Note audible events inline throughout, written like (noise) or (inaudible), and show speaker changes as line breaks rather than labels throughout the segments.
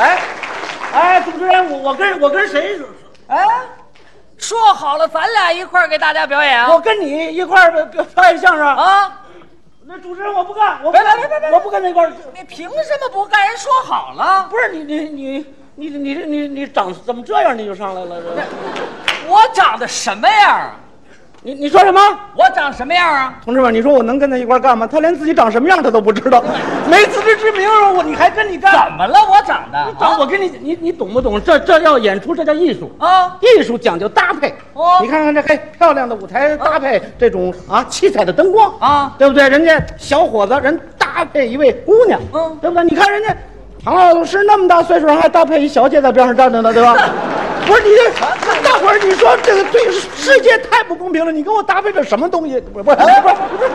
哎，哎，主持人，我我跟我跟谁？哎，
说好了，咱俩一块儿给大家表演啊
我！跟你一块儿表表演相声。
啊，
那主持人我不干，我
别别别别别
我不跟那块儿。
你凭什么不干？人说好了，
不是你你你你你你你长怎么这样你就上来了？这
我长得什么样啊？
你你说什么？
我长什么样啊？
同志们，你说我能跟他一块儿干吗？他连自己长什么样他都不知道，没自知之明，我你还跟你干？
怎么了？我长得
长我跟你你你懂不懂？这这要演出，这叫艺术。
啊，
艺术讲究搭配，
哦
你看看这嘿漂亮的舞台搭配这种啊七彩的灯光
啊
对不对？人家小伙子人搭配一位姑娘，
嗯
对不对？你看人家唐老师那么大岁数还搭配一小姐在边上站着呢，对
(laughs)
吧？不是你这大伙儿，你说这个对世界太不公平了！你给我搭配这什么东西？不是不是不是不是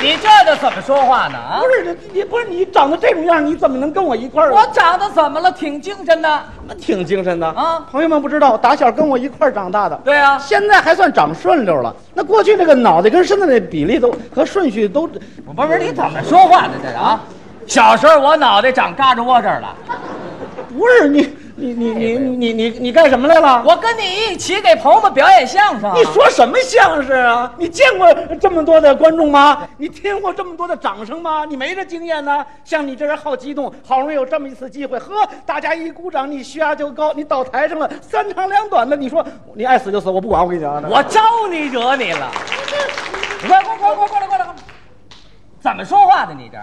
你这都怎么说话呢？啊
不，是你不是你长得这种样，你怎么能跟我一块儿？
我长得怎么了？挺精神的。
挺精神的
啊
朋友们不知道，打小跟我一块儿长大的，
对啊
现在还算长顺溜了。那过去那个脑袋跟身子那比例都和顺序都，
我不是你怎么说话的这是啊？小时候我脑袋长嘎吱窝这儿了，
不是你你你你你你你干什么来了？
我跟你一起给朋友们表演相声啊。
你说什么相声啊？你见过这么多的观众吗？你听过这么多的掌声吗？你没这经验呢、像你这人好激动，好容易有这么一次机会，呵，大家一鼓掌，你血压就高，你倒台上了，三长两短的，你说你爱死就死，我不管，我跟你讲，
我招你惹你了？快快快快过来过来过来！怎么说话的你这？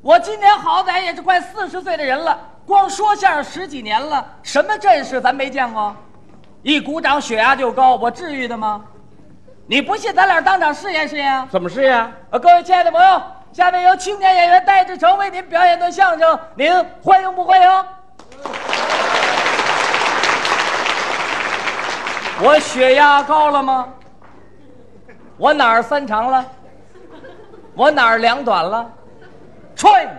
我今年好歹也是快四十岁的人了，光说相声十几年了，什么阵势咱没见过？一鼓掌血压就高，我至于的吗？你不信，咱俩当场试验试验啊！
怎么是呀？
呃，各位亲爱的朋友，下面由青年演员戴志诚为您表演段相声，您欢迎不欢迎？我血压高了吗？我哪儿三长了？我哪儿两短了？踹你！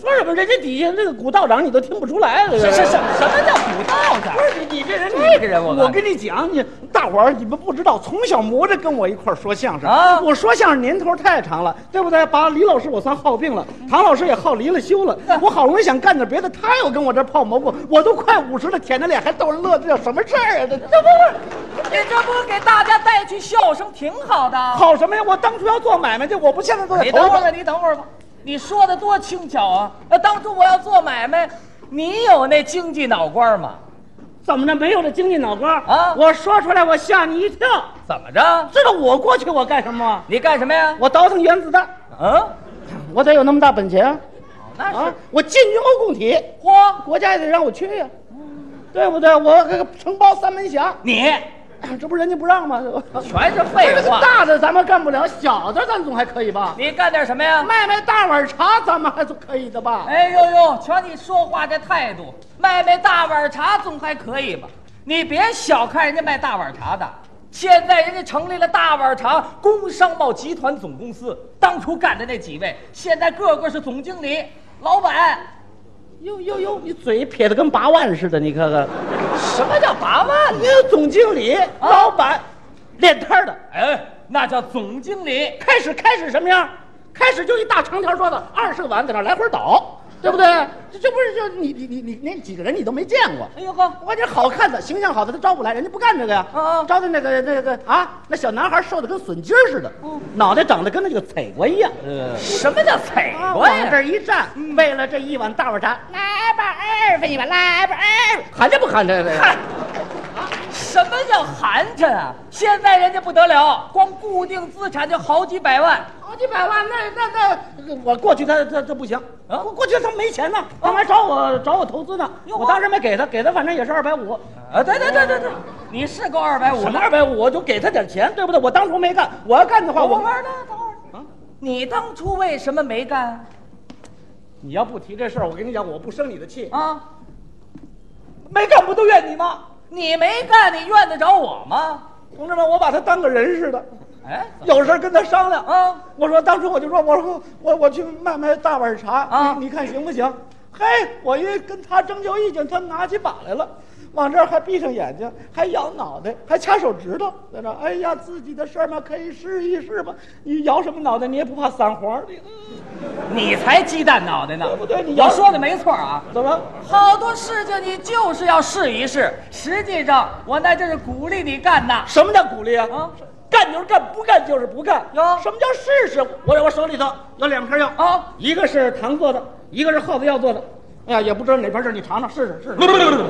说什么？人家底下那个古道长你都听不出来了。
这是什什么叫古道
不
的？
是你你这人，
这个人我
我
告诉你
跟你讲，你大伙儿你们不知道，从小磨着跟我一块儿说相声
啊
我说相声年头太长了，对不对？把李老师我算耗病了，唐老师也耗离了休
(laughs)
了。我好容易想干点别的，他又跟我这泡蘑菇，我都快五十了，舔着脸还逗人乐，这叫什么事儿啊？这这不是
你这不给大家带去笑声挺好的？啊
好什么呀？我当初要做买卖去，我不现在都在
(laughs) 你等
头
会儿
上
吧，你等会儿吧。你说的多轻巧啊！呃，当初我要做买卖，你有那经济脑瓜吗？
怎么着？没有这经济脑瓜
啊
我说出来我吓你一跳，
怎么着？
知道我过去我干什么吗？
你干什么呀？
我倒腾原子弹。
嗯，
我得有那么大本钱啊！
那
啊
是，
我进军欧共体，
嚯，
国家也得让我去呀、对不对？我这个承包三门峡，
你
这不人家不让吗？
全是
这
废
个
话。
大的咱们干不了，小的咱总还可以吧？
你干点什么呀？
卖卖大碗茶，咱们还总可以的吧？
哎呦呦，瞧你说话这态度，卖卖大碗茶总还可以吧？你别小看人家卖大碗茶的，现在人家成立了大碗茶工商贸集团总公司，当初干的那几位，现在个个是总经理、老板。
呦呦呦，你嘴撇的跟八万似的，你看看，
什么叫八万
啊你？有总经理、老板、练摊儿的，
哎，那叫总经理。
开始开始什么样？开始就一大长条桌子，二十个碗在那儿来回倒，对不对？这这不是就你你你你那几个人你都没见过。
哎呦呵，
我这好看的、形象好的，他招不来，人家不干这个呀。
啊啊
招的那个、那个啊，那小男孩瘦的跟笋尖儿似的，脑袋长得跟那个菜瓜一样。呃
什么叫踩
啊
过
往这
呀？
儿一站，为了这一碗大碗茶，
来吧，二分一碗，来吧，二。
寒碜不寒碜？这
嗨，什么叫寒碜啊？现在人家不得了，光固定资产就好几百万。
好几百万，那那那，我过去他他他不行
啊
我过去他没钱呢，他还找我找我投资呢，
哟
我当时没给他，给他反正也是二百五。
啊，对对对对对，你是够二百五
什么
的。
二百五？我就给他点钱，对不对？我当初没干，我要干的话，
等
我
会儿呢，等会儿。
啊
你当初为什么没干
你要不提这事儿，我跟你讲，我不生你的气。
啊？
没干不都怨你吗？
你没干，你怨得着我吗？
同志们，我把他当个人似的，
哎，怎么
有事儿跟他商量
啊
我说当初我就说，我说我我去卖卖大碗茶
啊
你你看行不行？嘿，我一跟他征求意见，他拿起把来了。往这儿还闭上眼睛，还摇脑袋，还掐手指头，在那儿哎呀，自己的事儿嘛，可以试一试吧。你摇什么脑袋，你也不怕散黄？你
你才鸡蛋脑袋呢！
对不对你
我说的没错啊。
怎么？
好多事情你就是要试一试，实际上我那就是鼓励你干呐。
什么叫鼓励啊？
啊
干就是干，不干就是不干。
哟
什么叫试试？我我手里头有两片药
啊，
一个是糖做的，一个是耗子药做的。哎呀，也不知道哪边是，你尝尝试试试试。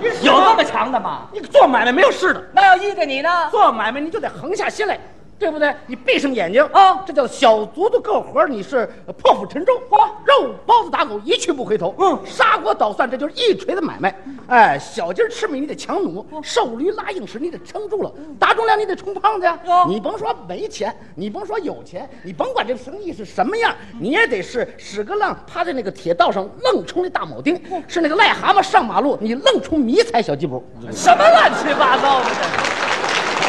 你试
有
吧
那么强的吗？
你做买卖没有试的，
那要依着你呢？
做买卖你就得横下心来，对不对？你闭上眼睛
啊
这叫小卒子够活，你是破釜沉舟，
嚯
肉包子打狗一去不回头，
嗯
砂锅捣蒜这就是一锤子买卖。哎，小鸡儿吃米你得强弩，
嗯
瘦驴拉硬实你得撑住了，打重量你得冲胖子呀
哟。
你甭说没钱，你甭说有钱，你甭管这生意是什么样，
嗯
你也得是屎个浪趴在那个铁道上愣冲那大铆钉，
嗯
是那个癞蛤蟆上马路你愣冲迷彩小鸡脖。
什么乱七八糟的这？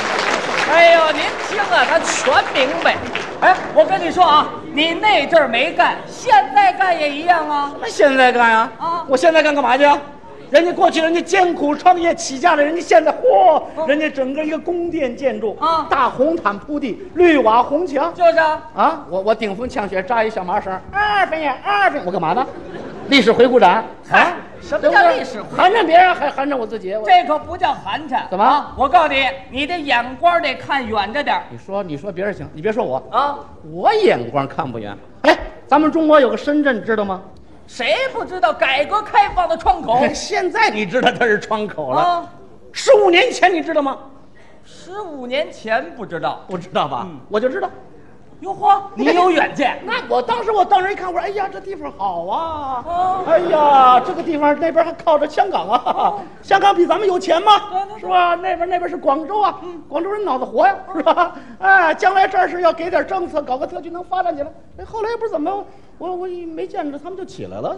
哎呦，您听啊，他全明白。哎，我跟你说啊，你那阵儿没干，现在干也一样啊。
那现在干呀？
啊
我现在干干嘛去啊？人家过去人家艰苦创业起家的，人家现在嚯，
哦
人家整个一个宫殿建筑
啊
大红毯铺地，绿瓦红墙
就是啊，
啊，我我顶风呛雪扎一小麻绳，二分呀二分，我干嘛呢？历史回顾展啊
嗨？哎什么
对
叫
不对
历史回顾
寒碜别人还寒碜我自己？我
这可不叫寒碜。
怎么
啊我告诉你，你的眼光得看远着点儿
你说你说别人行，你别说我，
啊。
我眼光看不远。哎，咱们中国有个深圳，知道吗？
谁不知道改革开放的窗口
现在你知道它是窗口了，
啊？
十五年前你知道吗？
十五年前不知道，
不知道吧？
嗯
我就知道。。
哟呵，你有远见
那我当时我当时一看，我说哎呀，这地方好啊！
哦
哎呀，这个地方那边还靠着香港啊，香港比咱们有钱吗？
哦对对嗯
是吧？那边那边是广州啊，广州人脑子活呀，是吧？哎，将来这儿是要给点政策，搞个特区能发展起来。哎，后来也不知怎么，我我也没见着他们就起来了，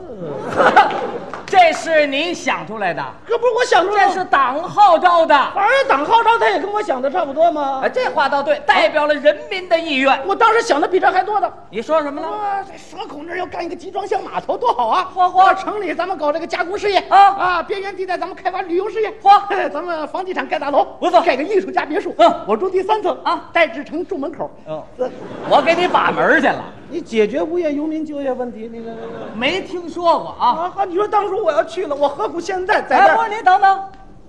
这是你想出来的，
这不是我想出来
这
的，
是党号召的。
反正党号召他也跟我想的差不多嘛
啊，。这话倒对，代表了人民的意愿。
我当时想的比这还多的。
你说什么了？
啊，这蛇口那儿要干一个集装箱码头，多好啊！
嚯嚯
到城里咱们搞这个加工事业
啊
啊，边缘地带咱们开发旅游事业
嚯
(laughs) 咱们房地产盖大楼，
不错
盖个艺术家别墅，
嗯
我住第三层
啊
戴志成住门口，
哦
这
我给你把门儿去了，
你解决无业游民就业问题，那个那个
没听说过啊。
啊，好你说当初我要去了，我何苦现在在这
哎，不
儿？
是，您等等，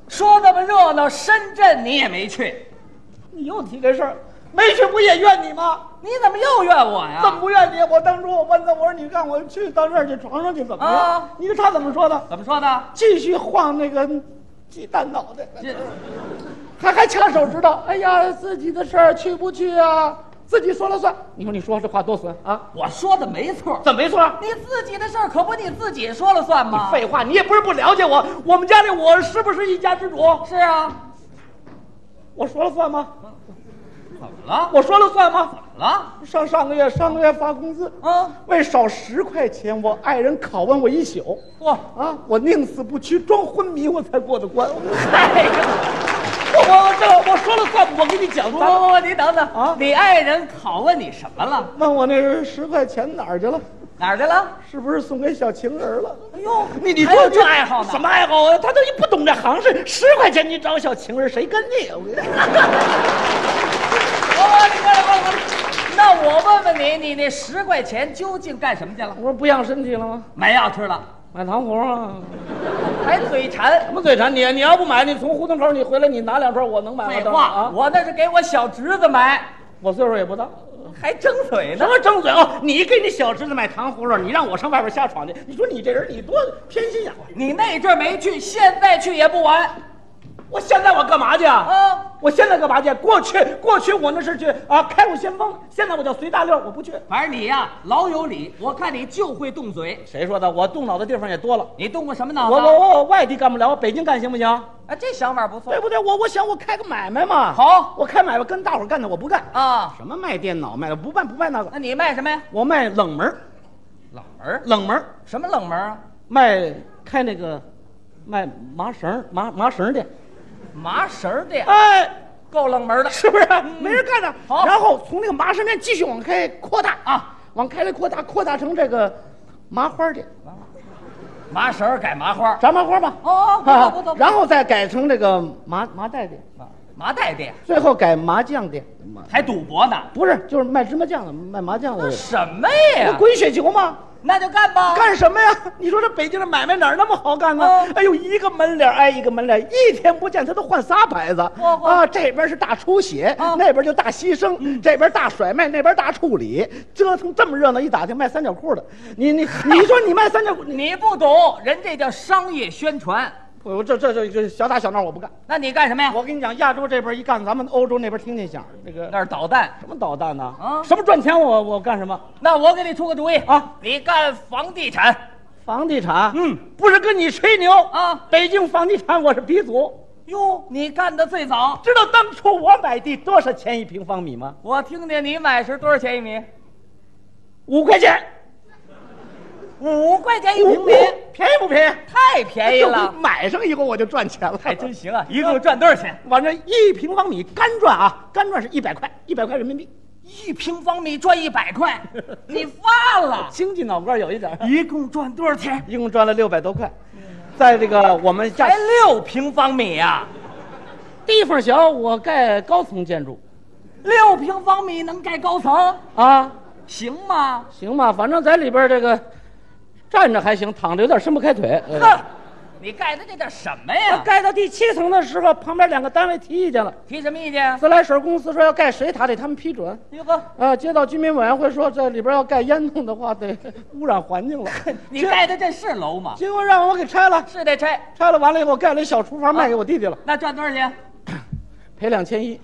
说那么热闹，深圳你也没去，
你又提这事儿，没去不也怨你吗？
你怎么又怨我呀？
怎么不怨你？我当初我问他，我说你让我去到那儿去床上去怎么样？
啊
你看他怎么说的？
怎么说的？
继续晃那个鸡蛋脑袋。
这
还还掐手指头，哎呀，自己的事儿去不去啊？自己说了算。你说你说这话多损啊？
我说的没错，
怎么没错？
你自己的事儿可不你自己说了算吗？
废话，你也不是不了解我，我们家里我是不是一家之主？
是啊，
我说了算吗？
怎么了？
我说了算吗？
怎么了？
上上个月上个月发工资，
啊，
为少十块钱，我爱人拷问我一宿。
我
啊！我宁死不屈，装昏迷，我才过得关。
哎呀，
我我这我说了算，我跟你讲，
不
咱们
不不，你等等
啊
你爱人拷问你什么了？
问我那十块钱哪儿去了？
哪儿去了？
是不是送给小情人了？
哎呦，
你你
还有这爱好呢？
什么爱好啊？他都不懂这行市，十块钱你找小情人，谁跟你啊？我跟你说
我我你过来过来过来。那我问问你，你那十块钱究竟干什么去了
我？说不养身体了吗？
买药去了，
买糖葫芦啊？
还嘴馋
什。么嘴馋你？你要不买，你从胡同口你回来，你拿两串，我能买吗？
废
当然
话，
啊！
我那是给我小侄子买，
我岁数也不大。
还争嘴
什
呢。
么争嘴哦？你给你小侄子买糖葫芦，你让我上外边瞎闯去？你说你这人你多偏心眼啊儿！
你那阵儿没去，现在去也不晚
我现在我干嘛去啊？
啊。
我现在干嘛去？过去过去我那是去啊开路先锋，现在我叫随大溜，我不去。
反正你呀、老有理，我看你就会动嘴。
谁说的？我动脑的地方也多了。
你动过什么脑子？
我我我外地干不了，我北京干行不行？
啊，这想法不错
对。不对？我我想我开个买卖嘛。，
好
我开买卖跟大伙儿干的，我不干。
啊，
什么卖电脑卖不卖不卖那个，
那你卖什么呀？
我卖冷门儿
冷门儿？
冷门儿
什么冷门儿啊？
卖开那个卖麻绳儿麻麻绳儿的，
麻绳儿店，
哎，
够冷门儿的。
是不是？没人干的。
嗯好
然后从那个麻绳店继续往开扩大
啊，
往开来扩大，扩大成这个麻花儿的。
麻绳儿改麻花儿，
炸麻花吧。
哦不错不错不错
然后再改成这个麻麻袋店，
麻麻袋店，
最后改麻将店。麻
还赌博呢？
不是，就是卖芝麻酱的，卖麻将的。
什么
那
呀？
滚雪球吗？
那就干吧。
(laughs) 干什么呀？你说这北京的买卖哪儿那么好干呢？
嗯
哎呦，一个门脸儿挨一个门脸儿，一天不见他都换仨牌子
嚯嚯
啊！这边是大出血，
啊
那边就大牺
嗯
牲，这边大甩卖，那边大处理，折腾这么热闹，一打听卖三角裤的，你
(laughs)
你你说你卖三角裤，你
你不懂，人这叫商业宣传。
我这这这这小打小闹我不干。
那你干什么呀？
我跟你讲，亚洲这边一干，咱们欧洲那边听见响，那个
那是捣蛋。
什么导弹呢？
啊
什么赚钱我我干什么？
那我给你出个主意
啊，
你干房地产。
房地产，
嗯，
不是跟你吹牛
啊
北京房地产我是鼻祖。
哟，你干的最早。
知道当初我买地多少钱一平方米吗？
我听见你买是多少钱一米？
五块钱，
五块钱一平米，
便宜不便宜？
太便宜了。
买上以后我就赚钱了，
还真行啊！一共赚多少钱？
反正一平方米干赚啊，干赚是一百块，一百块人民币。
一平方米赚一百 (laughs) 块，你发了！
经济脑瓜有一点儿，
一共赚多少钱？
一共赚了六百多块，在这个我们家
才六平方米啊呀、
哎地方小，我盖高层建筑
六平方米能盖高层，
啊，
行吗？
行吧，反正在里边这个站着还行，躺着有点伸不开腿。呃
哼，你盖的这叫什么呀？
盖到第七层的时候，旁边两个单位提意见了，
提什么意见？啊
自来水公司说要盖水塔，得他们批准。
哟呵，
呃，街道居民委员会说，这里边要盖烟囱的话，得 (laughs) 污染环境 (laughs) 了。
你
结
盖的这是楼吗？
结果让我给拆了，
是得拆。
拆了完了以后，盖了一小厨房卖给我弟弟了，
那赚多少钱？
赔两千一。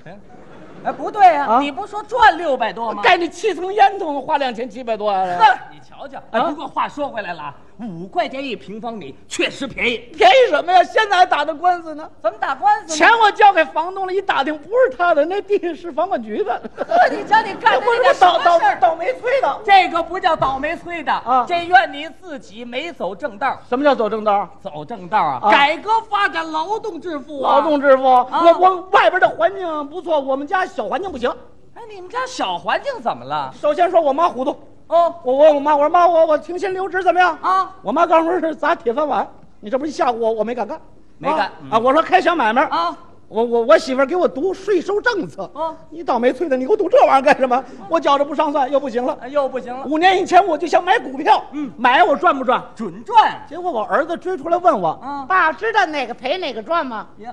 哎，不对呀、
啊
你不说赚六百多吗？
盖那七层烟囱花两千七百多 (laughs) 啊，
哼，你瞧瞧。哎，
啊
不过话说回来了啊，五块钱一平方米确实便宜。
便宜什么呀？现在还打的官司呢。
怎么打官司
钱
呢？
我交给房东了，一打听不是他的，那地是房管局 (laughs) 的。
呵，你
(laughs)
瞧你
这
干的
不是
这
我倒
叫什么
倒
事儿？啊
倒霉催的。
这个不叫倒霉催的
啊
这怨你自己没走正道儿。
什么叫走正道？
走正道啊！
啊
改革发展劳动致富啊！
劳动致富。我我外边的环境不错，我们家小环境不行。
哎，你们家小环境怎么了？
首先说我妈糊涂，
哦
我问我妈，我说妈，我我停薪留职怎么样？
啊，
我妈刚说是砸铁饭碗，你这不一吓唬我，我没敢干，
没干
啊,、
嗯
啊！我说开小买卖
啊，
我我我媳妇儿给我读税收政策，
啊
你倒霉催的，你给我读这玩意儿干什么？我觉着不上算又不行了。
哎又不行了，
五年以前我就想买股票，
嗯
买我赚不赚？
准赚
结果我儿子追出来问我，
啊
爸知道哪个赔哪个赚吗？
呀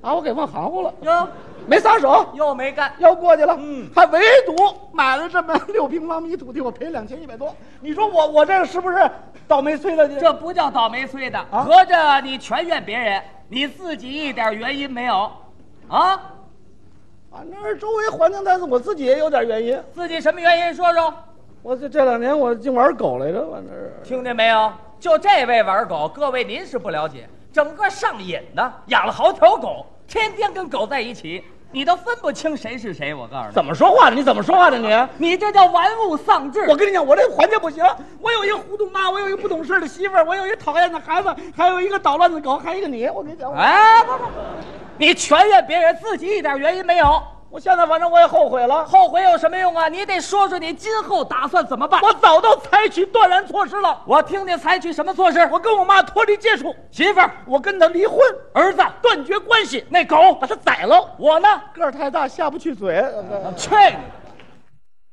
把我给问含糊了，
哟
没撒手，
又没干，
要过去了，
嗯
还唯独买了这么六平方米土地，我赔两千一百多。你说我我这个是不是倒霉催了？
这不叫倒霉催的，
啊
合着你全怨别人，你自己一点原因没有，啊？
反正啊是周围环境，但是我自己也有点原因。
自己什么原因说说？
我这这两年我净玩狗来着，反正是
听见没有？就这位玩狗，各位您是不了解，整个上瘾的，养了好几条狗，天天跟狗在一起，你都分不清谁是谁。我告诉你，
怎么说话的？你怎么说话的你？
你这叫玩物丧志。
我跟你讲，我这环境不行，我有一个糊涂妈，我有一个不懂事的媳妇儿，我有一个讨厌的孩子，还有一个捣乱的狗，还有一个你。我跟你讲，我
哎，不不，你全怨别人，自己一点原因没有，
我现在反正我也后悔了，
后悔有什么用啊？你得说说你今后打算怎么办。
我早都采取断然措施了。
我听听采取什么措施？
我跟我妈脱离接触，
媳妇儿、
我跟她离婚，
儿子、
断绝关系，
那狗
把，她宰了。
我呢？
个儿太大，下不去嘴。
去你的！